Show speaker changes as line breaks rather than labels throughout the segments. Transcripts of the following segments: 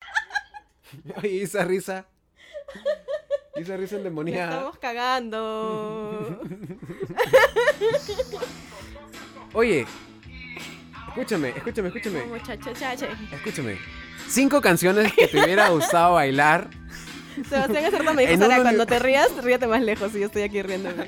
Oye, esa risa. Esa risa
Me
endemoniada.
estamos cagando.
Oye, escúchame, escúchame, escúchame.
Muchacho, chache.
Escúchame. Cinco canciones que te hubiera gustado bailar,
Sebastián Azarta me dijo,
En
Sara,
un uni-
cuando te rías, ríete más lejos y yo estoy aquí riéndome.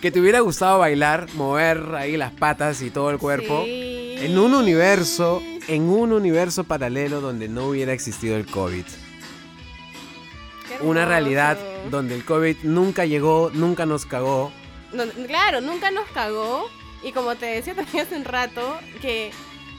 que te hubiera gustado bailar, mover ahí las patas y todo el cuerpo.
Sí.
En un universo, en un universo paralelo donde no hubiera existido el COVID.
Qué
Una
hermoso.
realidad donde el COVID nunca llegó, nunca nos cagó.
No, claro, nunca nos cagó. Y como te decía también hace un rato, que,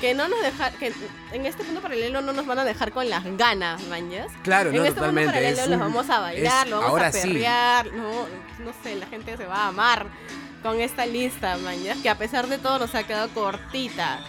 que no nos deja, que en este mundo paralelo no nos van a dejar con las ganas, mañas.
Claro,
en
no,
este mundo
totalmente.
paralelo
es
los
un-
vamos a bailar,
es-
los vamos
ahora
a
sí.
perrear, no, no sé, la gente se va a amar con esta lista, mañas, que a pesar de todo nos ha quedado cortita.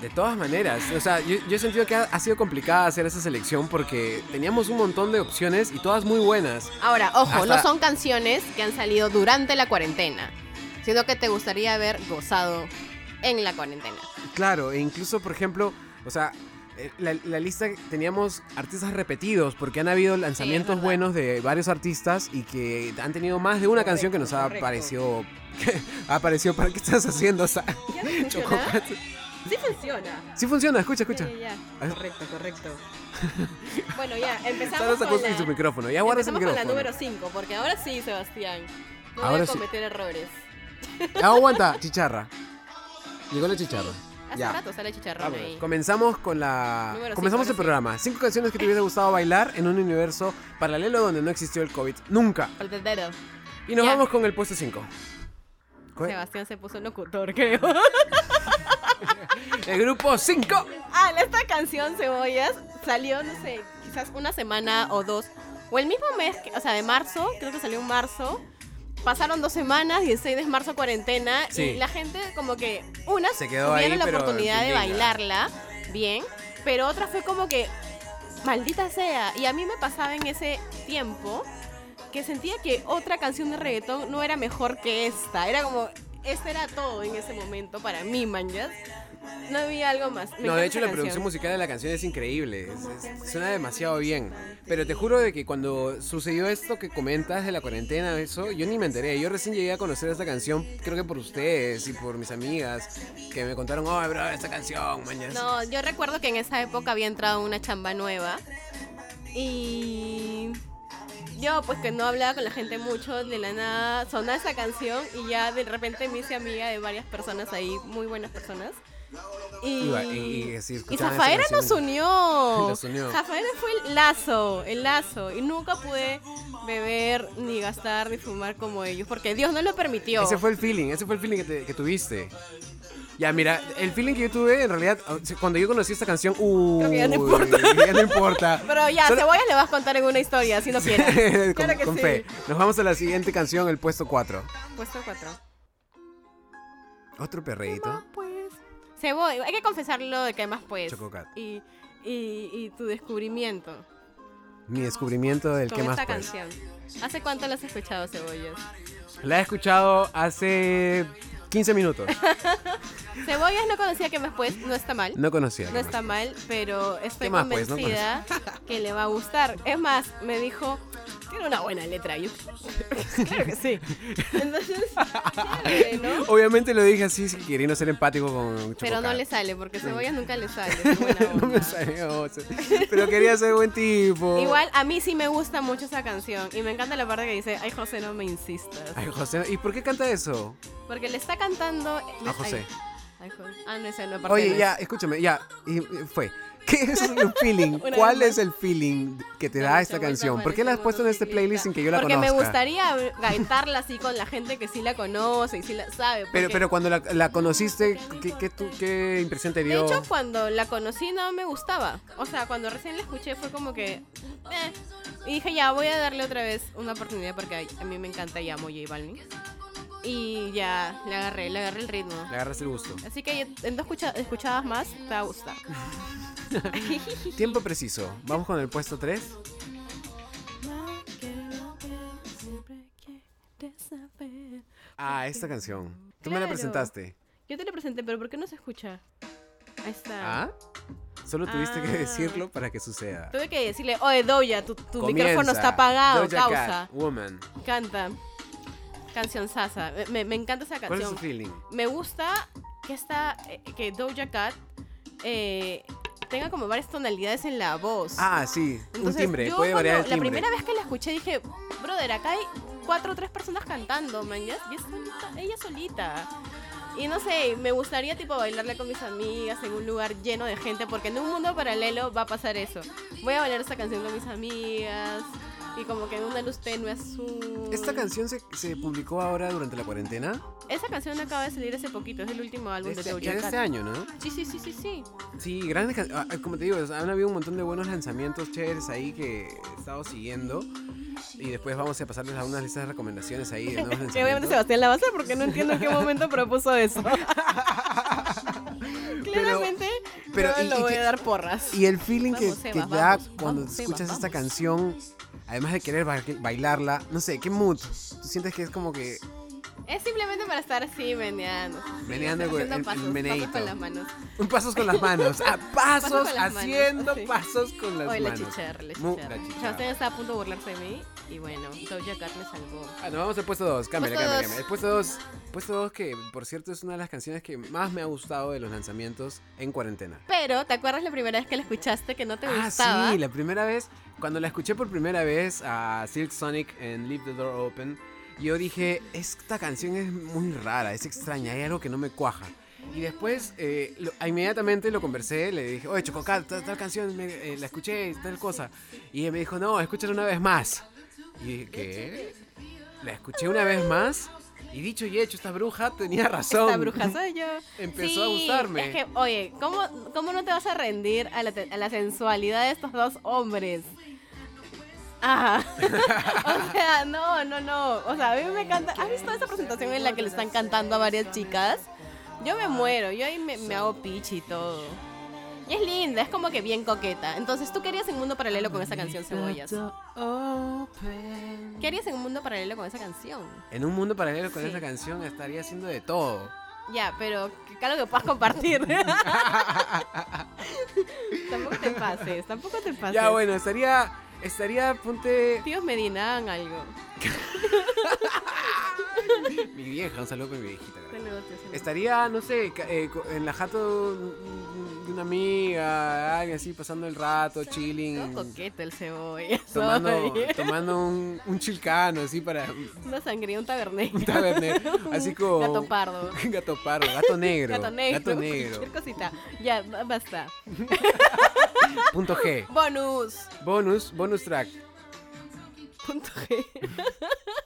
De todas maneras, o sea, yo, yo he sentido que ha, ha sido complicada hacer esa selección porque teníamos un montón de opciones y todas muy buenas.
Ahora, ojo,
Hasta-
no son canciones que han salido durante la cuarentena, sino que te gustaría haber gozado en la cuarentena.
Claro, e incluso, por ejemplo, o sea, eh, la, la lista teníamos artistas repetidos porque han habido lanzamientos
verdad.
buenos de varios artistas y que han tenido más de una canción que nos ha
Correcto, correcto.
parecido... ha parecido, ¿para qué estás haciendo? O sea,
¿Ya no funciona?
Chocopat.
Sí funciona.
Sí funciona, escucha, escucha.
Ya, ya, ya.
A ver.
Correcto, correcto. bueno, ya,
Sara
empezamos
sacó
con la,
sin su micrófono, ya guarda ese
empezamos con la
micrófono.
número 5, porque ahora sí, Sebastián. No
Ahora
voy a
sí.
cometer errores.
Ya, aguanta, chicharra. Llegó la chicharra.
Hace
Ya.
rato sale chicharrón
Vamos,
ahí.
comenzamos con la.
Número
comenzamos
cinco,
el programa. Cinco canciones que te hubiera gustado bailar en un universo paralelo donde no existió el COVID. Nunca.
Con el dedo.
Y nos
Ya.
vamos con el puesto 5. Pues-
Sebastián se puso locutor, creo.
El grupo 5.
Ah, esta canción Cebollas salió, no sé, quizás una semana o dos. O el mismo mes, que- o sea, de marzo, creo que salió en marzo. Pasaron dos semanas, 16 de marzo, cuarentena.
Sí.
Y la gente, como que unas
Se quedó
tuvieron
ahí,
la
pero
oportunidad de
indigna.
bailarla bien, pero otra fue como que, maldita sea. Y a mí me pasaba en ese tiempo que sentía que otra canción de reggaetón no era mejor que esta. Era como, este era todo en ese momento para mí, manjas. No había algo más. Me
No,
encanta
de hecho
esa
la producción
canción.
musical de la canción es increíble. es- es- suena demasiado bien. Pero te juro de que cuando sucedió esto que comentas de la cuarentena, eso, yo ni me enteré. Yo recién llegué a conocer esta canción, creo que por ustedes y por mis amigas, que me contaron, oh, bro, esta canción, mañana.
No, yo recuerdo que en esa época había entrado una chamba nueva y yo pues que no hablaba con la gente mucho, de la nada sonaba esa canción y ya de repente me hice amiga de varias personas ahí, muy buenas personas. Y,
Iba- y- y sí,
y
escuchaban esa
Zafaera
canción.
nos unió.
Nos unió.
Zafaera fue el lazo, el lazo. Y nunca pude beber, ni gastar, ni fumar como ellos, porque Dios no lo permitió.
Ese fue el feeling, ese fue el feeling que, te- que tuviste. Ya, mira, el feeling que yo tuve, en realidad, cuando yo conocí esta canción, uh,
Creo que ya no importa.
ya no importa.
Pero ya,
Solo-
Cebollas le vas a contar en una historia, si no quieres.
con
Claro que
con
sí.
fe. Nos vamos a la siguiente canción, el puesto 4.
Puesto 4.
Otro perreíto.
pues? Cebolla, hay que confesarlo de que más pues.
Chococat.
Y, y, y tu descubrimiento
Mi descubrimiento del
con
que más
esta
pues.
canción. ¿Hace cuánto la has escuchado, Cebollas?
La he escuchado hace 15 minutos.
Cebollas no conocía que más pues, no está mal.
No conocía.
No está mal, pero estoy
¿Qué más, pues? No
convencida que le va a gustar. Es más, me dijo, tiene una buena letra. Yo, claro que sí. Entonces, chévere, ¿no?
Obviamente lo dije así, queriendo ser empático con Chococat.
Pero no le sale, porque Cebollas nunca le sale. es buena
No me
onda.
salió, o sea, pero quería ser buen tipo.
Igual a mí sí me gusta mucho esa canción y me encanta la parte que dice, ay José, no me insistas.
Ay, José, ¿y por qué canta eso?
Porque le está cantando...
A José.
Ay, ay, José. Ah, no, esa no parte no
Oye,
es.
ya, escúchame, ya, y- y fue. ¿Qué es el feeling?
Una
¿Cuál
vez
es el feeling que te
Dame
da esta
vuelta,
canción? ¿Por qué
Juanito,
la has puesto en este
vuelta.
playlist sin que yo la
porque
conozca?
me gustaría gaitarla así con la gente que sí la conoce y sí la sabe.
Pero,
porque-
pero cuando la, la conociste, ¿qué, qué, tú- qué impresión te
De
dio?
hecho, cuando la conocí no me gustaba. O sea, cuando recién la escuché fue como que... "Eh". Y dije, ya, voy a darle otra vez una oportunidad porque ay, a mí me encanta y amo J Balvin. Y ya, le agarré, le agarré el ritmo.
Le agarras el gusto.
Así que en dos escucha- escuchadas más te va a gustar.
Tiempo preciso. Vamos con el puesto 3. Ah, esta canción. Tú me la
Claro.
presentaste.
Yo te lo presenté, pero ¿por qué no se escucha? Ahí está.
¿Ah? Solo tuviste que
Ah.
decirlo para que suceda.
Tuve que decirle, oye, Doya, tu, tu micrófono
Comienza.
está apagado,
Doja Cat,
causa.
woman.
Canta. Canción Sasa. Me, me encanta esa
¿Cuál es su
canción.
feeling?
Me gusta que esta, eh, que Doja Cat eh, tenga como varias tonalidades en la voz.
Ah, sí. un
Entonces,
timbre.
yo
Puede
cuando-
variar el
La
timbre.
primera vez que la escuché dije, "Mm, brother, acá hay cuatro o tres personas cantando, man. ya- y es solita- ella solita. Y no sé, me gustaría tipo bailarla con mis amigas en un lugar lleno de gente, porque en un mundo paralelo va a pasar eso. Voy a bailar esta canción con mis amigas y como que en una luz tenue azul.
¿Esta canción se, se publicó ahora durante la cuarentena?
Esa canción acaba de salir hace poquito, es el último álbum
Este-
de
ya de
Doja Cat.
este año, ¿no?
Sí, sí, sí, sí, sí.
Sí, grandes can- ah, Como te digo, han habido un montón de buenos lanzamientos chéveres ahí que he estado siguiendo. Y después vamos a pasarles a unas listas de recomendaciones ahí de nuevos
Que obviamente
lanzamientos.
Sebastián la va a hacer porque no entiendo en qué momento propuso eso. Claramente,
pero,
yo
¿y-
le
y
voy
qué-
a dar porras.
Y el feeling que,
Vamos,
que
Sebas,
da
vamos,
cuando
vamos,
escuchas
Sebas,
esta
vamos.
canción, además de querer ba- bailarla, no sé, ¿qué mood? ¿Tú sientes que es como que
Es simplemente para estar así meneando.
Meneando con
haciendo
el- el
pasos,
meneíto.
pasos con las manos.
Un pasos con las manos. Ah, pasos,
Pasos con las manos,
haciendo
sí.
pasos con las
Oye, la
manos.
chicharra, la
Mu-
chicharra.
la chicharra.
Sebastián estaba a punto de burlarse de mí y bueno, Doja Cat me salvó.
Ah, no, vamos al puesto 2. Cámbiale,
Puesto
cámbiale,
dos.
cámbiale. El puesto 2. Puesto 2 que, por cierto, es una de las canciones que más me ha gustado de los lanzamientos en cuarentena.
Pero, ¿te acuerdas la primera vez que la escuchaste que no te
ah,
gustaba?
sí, la primera vez, cuando la escuché por primera vez a Silk Sonic en Leave the Door Open, yo dije, esta canción es muy rara, es extraña, hay algo que no me cuaja. Y después, eh, lo- inmediatamente lo conversé, le dije, oye, Chococat, tal, tal canción, me- eh, la escuché, tal cosa. Y ella me dijo, no, escúchala una vez más. Y dije, ¿qué? La escuché una vez más. Y dicho y hecho, esta bruja tenía razón.
Esta bruja soy yo.
Empezó a
Sí,
gustarme.
Es que, oye, ¿cómo, cómo no te vas a rendir a la, te- a la sensualidad de estos dos hombres? Ajá. o sea, no, no, no. O sea, a mí me encanta. ¿Has visto esa presentación en la que le están cantando a varias chicas? Yo me muero, yo ahí me, me hago pichi y todo. Y es linda, es como que bien coqueta. Entonces, ¿tú querías en mundo paralelo con esa canción, Cebollas? ¿Qué harías en un mundo paralelo con esa canción?
En un mundo paralelo con
Sí.
esa canción estaría haciendo de todo.
Ya, pero que- que algo que puedas compartir. tampoco te pases, tampoco te pases.
Ya, bueno, estaría, estaría, ponte...
Tíos Medina, hagan algo.
Mi vieja, un saludo con mi viejita.
Este negocio, este negocio.
Estaría, no sé, ca- eh, co- en la jato de una amiga, alguien así, pasando el rato, chilling,
Todo coqueto el cebolla.
tomando,
soy.
tomando un, un chilcano, así para
Una sangría, un taberné.
un taberner, así como...
Gato pardo.
Gato pardo, gato negro.
Gato negro.
gato negro,
Cualquier cosita. Ya, ba- basta.
Punto G.
Bonus.
Bonus, bonus track.
Punto G.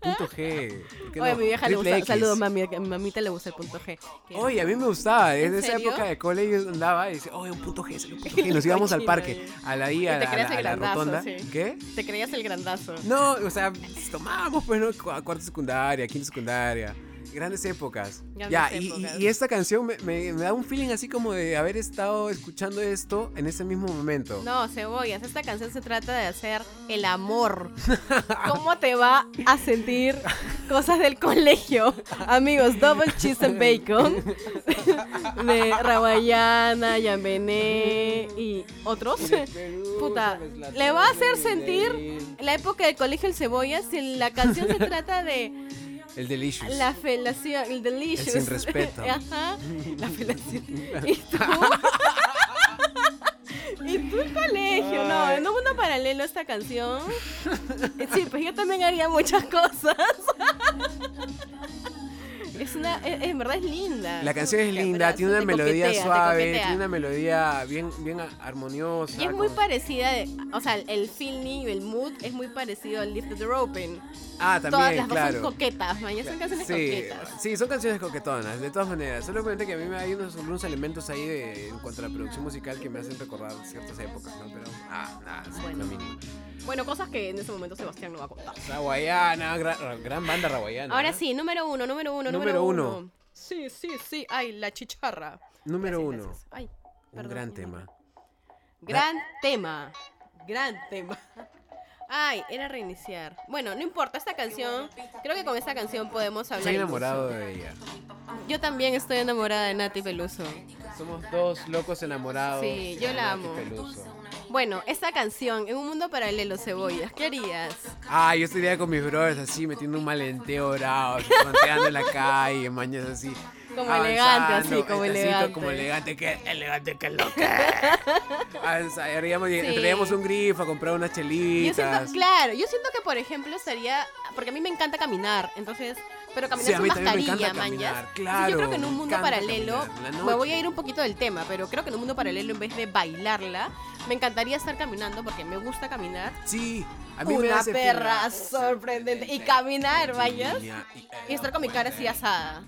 Punto G. ¿por qué
Oye,
no?
mi vieja le
Triple
gusta.
X.
Saludos, mami. A mi mamita le gusta el punto G. Que-
Oye, a mí me gustaba,
¿En
desde esa
serio?
época de cole yo andaba y decía, oye, un punto G, sale un punto G. Y nos íbamos al
Imagino,
parque,
eh.
a la, ahí,
Y
a
te
la, a
creas
la-
el
a la
grandazo,
rotonda.
sí.
¿Qué?
Te creías el grandazo.
No, o sea, tomábamos, pues, ¿no? Cu- Cuarto secundaria, quinto secundaria. Grandes épocas.
Grandes
ya, y-
épocas.
Y, y esta canción me, me- me da un feeling así como de haber estado escuchando esto en ese mismo momento.
No, cebollas, esta canción se trata de hacer el amor. ¿Cómo te va a sentir cosas del colegio? Amigos, Double Cheese and Bacon de Rawayana, Yambené y otros. Puta, le va a hacer sentir la época del colegio el cebollas si la canción se trata de
El Delicious.
la felación, el delicious.
El Pues, sin respeto.
Ajá, la felación. ¿Y tú? ¿Y tú el colegio? No, en un mundo paralelo esta canción. Sí, pues yo también haría muchas cosas. Es una, es- en verdad es linda.
La canción es
Ya,
linda,
pero
tiene una
te
melodía
coquetea, te
suave,
coquetea.
tiene una melodía bien, bien a- armoniosa.
Y es muy
con-
parecida, de- o sea, el feeling y el mood es muy parecido al Lift the Door Open.
Ah,
Todas
también,
las dos son
claro.
coquetas, man, ya son canciones
Sí,
coquetas.
sí, son canciones coquetonas, de todas maneras. Solo cuenta que a mí me hay unos, unos elementos ahí de, en cuanto a la producción musical que me hacen recordar ciertas épocas, ¿no? Pero, ah, nada, es
Bueno.
lo mismo.
Bueno, cosas que en ese momento Sebastián no va a contar.
Rawayana, gran, gran banda rawayana.
Ahora
¿eh?
sí, número uno, número uno, número,
Número
uno.
uno.
Sí, sí, sí. Ay, la chicharra.
Número
Gracias,
uno,
gracias. Ay,
un
perdón,
gran
mi
tema.
Gran tema. Gran tema. Ay, era reiniciar. Bueno, no importa, esta canción. Creo que con esta canción podemos hablar.
Estoy
incluso.
enamorado de ella.
Yo también estoy enamorada de Nati Peluso.
Somos dos locos enamorados.
Sí, yo
de
la
Nati
amo.
Peluso.
Bueno, esta canción, En un mundo paralelo, cebollas, ¿qué harías?
Ah, yo estaría con mis brothers así, metiendo un malenteo bravo, fronteando en la calle, mañas así.
Como elegante, así,
avanzando,
como
el tacito
elegante.
Como elegante, que elegante, que lo que. Avanzaríamos y
Sí.
entraríamos a un grifo a comprar unas
Yo
chelitas.
siento, claro, yo siento que por ejemplo estaría, porque a mí me encanta caminar, entonces, pero caminar
Sí, a
sin
mí también me
mascarilla,
encanta
manjas.
caminar,
Entonces,
claro,
yo creo que en
me
un mundo
encanta
paralelo,
caminar, la
me
noche.
voy a ir un poquito del tema, pero creo que en un mundo paralelo en vez de bailarla, me encantaría estar caminando porque me gusta caminar.
Sí, a mí me
Una
hace
perra
fibra.
sorprendente y caminar, vayas.
Línea
Y estar con mi cara así asada.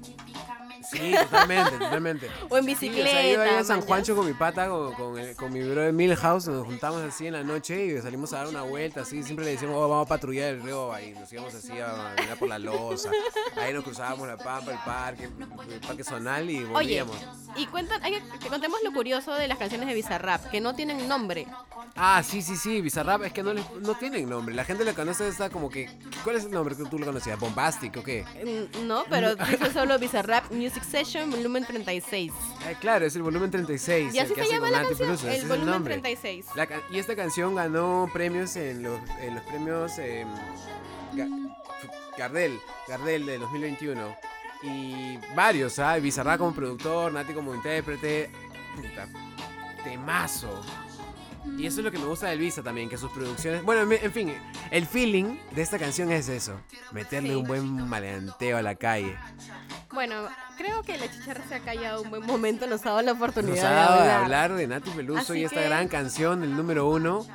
Sí, totalmente, totalmente.
O en
Sí, o
bicicleta.
sea, yo iba a San
manjas.
Juancho con mi pata, con, con, el- con mi brother Milhouse, nos juntamos así en la noche y salimos a dar una vuelta, así, siempre le decíamos, "Oh, vamos a patrullar el río, y nos íbamos así a mirar por la losa, ahí nos cruzábamos la pampa, el parque, el parque zonal y
Oye,
volvíamos.
y cuentan, hay que, que contemos lo curioso de las canciones de Bizarrap, que no tienen nombre.
Ah, sí, sí, sí, Bizarrap, es que no, les- no tienen nombre, la gente la conoce, está como que, ¿cuál es el nombre que tú lo conocías? ¿Bombastic o qué?
Mm, No, pero dice solo Bizarrap Music Session, volumen 36.
Eh, claro, es el volumen 36.
Y así
el que
se
hace
llama
con
la
Nati
canción,
Peluso, ese
el
es
volumen
nombre.
36.
La ca- y esta canción ganó premios en los, en los premios eh, Ga- Gardel, Gardel de 2021. Y varios, ¿sabes? Bizarra como productor, Nati como intérprete. Puta, temazo. Y eso es lo que me gusta de Elvisa también, que sus producciones... Bueno, en- en fin, el feeling de esta canción es eso. Meterle
Sí.
un buen maleanteo a la calle.
Bueno, creo que la chicharra se ha callado un buen momento, nos ha dado la oportunidad
Nos ha
de
dado de
hablar.
hablar de Nati Peluso
Así
y esta
que-
gran canción, el número uno.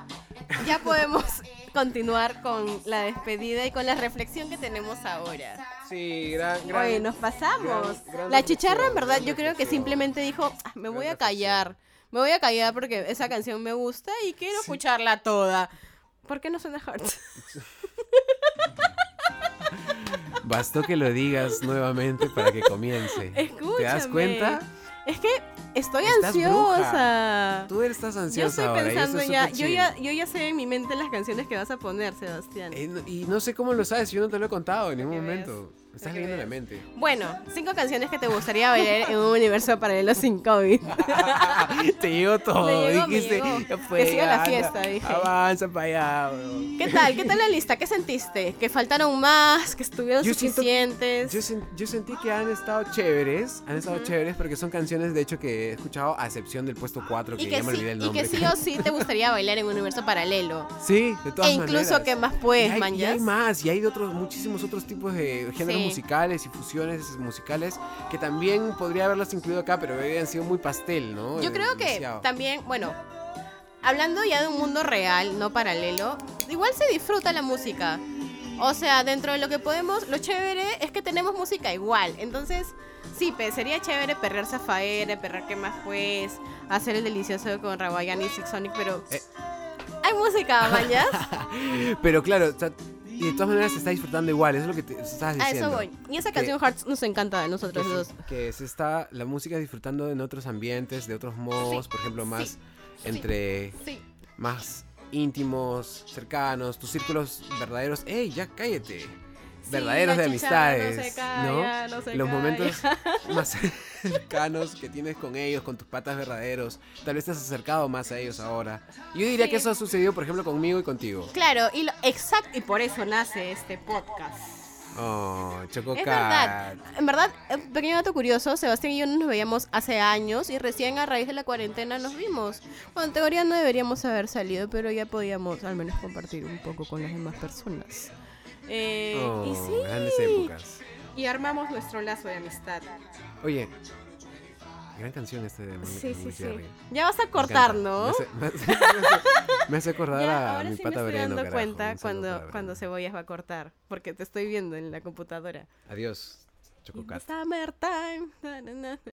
Ya podemos continuar con la despedida y con la reflexión que tenemos ahora.
Sí, gran, gran...
Oye, nos pasamos.
gran- gran
la chicharra, en
reflexión,
verdad,
gran
yo creo que
reflexión.
simplemente dijo, "Ah, me voy
Gran
a callar. Me voy a callar porque esa canción me gusta y quiero
Sí.
escucharla toda. ¿Por qué no suena Heart?
Bastó que lo digas nuevamente para que comience.
Escúchame.
¿Te das cuenta?
Es que estoy
Estás
ansiosa.
Tú estás
Yo
ansiosa
estoy
ahora. y eso
pensando
es
ya,
súper
yo
chill.
ya, yo ya sé en mi mente las canciones que vas a poner, Sebastián.
Eh, no- y no sé cómo lo sabes, yo no te lo he contado en ningún
que veas,
momento. Me
para
estás
que
leyendo la
veas.
mente.
Bueno, cinco canciones que te gustaría bailar en un universo paralelo sin COVID.
te llegó todo.
Me llegó, me
dijiste,
llegó.
ya fue,
Que siga la
anda,
fiesta, dije.
Avanza para allá, weón.
¿Qué tal? ¿Qué tal la lista? ¿Qué sentiste? ¿Que faltaron más? ¿Que estuvieron
Yo siento-
suficientes?
Yo, sen- yo sentí que han estado chéveres, han estado chéveres porque son canciones de hecho que he escuchado a excepción del puesto 4 que,
y,
ya
que
me
sí,
olvidé el
y
nombre.
que sí o sí te gustaría bailar en un universo paralelo.
Sí, de todas
e incluso
maneras.
que más puedes,
y hay, y
manjas.
hay más, y hay de otros, muchísimos otros tipos de géneros
Sí.
musicales y fusiones musicales que también podría haberlas incluido acá, pero habrían sido muy pastel, ¿no?
Yo
Eh,
creo que
demasiado.
también, bueno, hablando ya de un mundo real, no paralelo, igual se disfruta la música. O sea, dentro de lo que podemos, lo chévere es que tenemos música igual. Entonces, sí, pe, sería chévere perrear Zafaera, perrear qué más pues, hacer el delicioso con Rawayana y Six Sonic, pero
Eh.
hay música, mañas.
Pero claro, o sea, y de todas maneras se está disfrutando igual, eso es lo que te estás
A
diciendo.
eso voy. Y esa
Que-
canción Hearts nos encanta a
Que
nosotros dos.
se, que se está la música disfrutando en otros ambientes, de otros modos, por ejemplo, más
sí.
entre
Sí.
más íntimos, cercanos, tus círculos verdaderos. ¡Ey, ya cállate! Verdaderos
la
de
chicharra no se
amistades,
calla, no se
Los
calla.
momentos más cercanos que tienes con ellos, con tus patas verdaderos. Tal vez te has acercado más a ellos ahora. Yo diría
Sí.
que eso ha sucedido, por ejemplo, conmigo y contigo.
Claro, y lo- exacto, y por eso nace este podcast.
Oh, Choco
Es verdad.
Cat.
En verdad, un pequeño dato curioso, Sebastián y yo no nos veíamos hace años y recién a raíz de la cuarentena nos vimos. Bueno, en teoría no deberíamos haber salido, pero ya podíamos al menos compartir un poco con las demás personas. Eh,
Oh,
y sí,
grandes épocas.
y armamos nuestro lazo de amistad.
Oye, gran canción este de Mon-
Sí, sí,
Mon
sí.
Jerry. Me
Ya vas a
encanta.
cortar, ¿no?
Me hace, me hace- me hace- me hace acordar
Ya,
a
ahora
mi
sí me
pata
estoy
Breno,
dando
carajo.
cuenta
Un saludo para
cuando,
Breno.
cuando Cebollas va a cortar, porque te estoy viendo en la computadora.
Adiós, Choco Cat.
Summertime. na, na, na.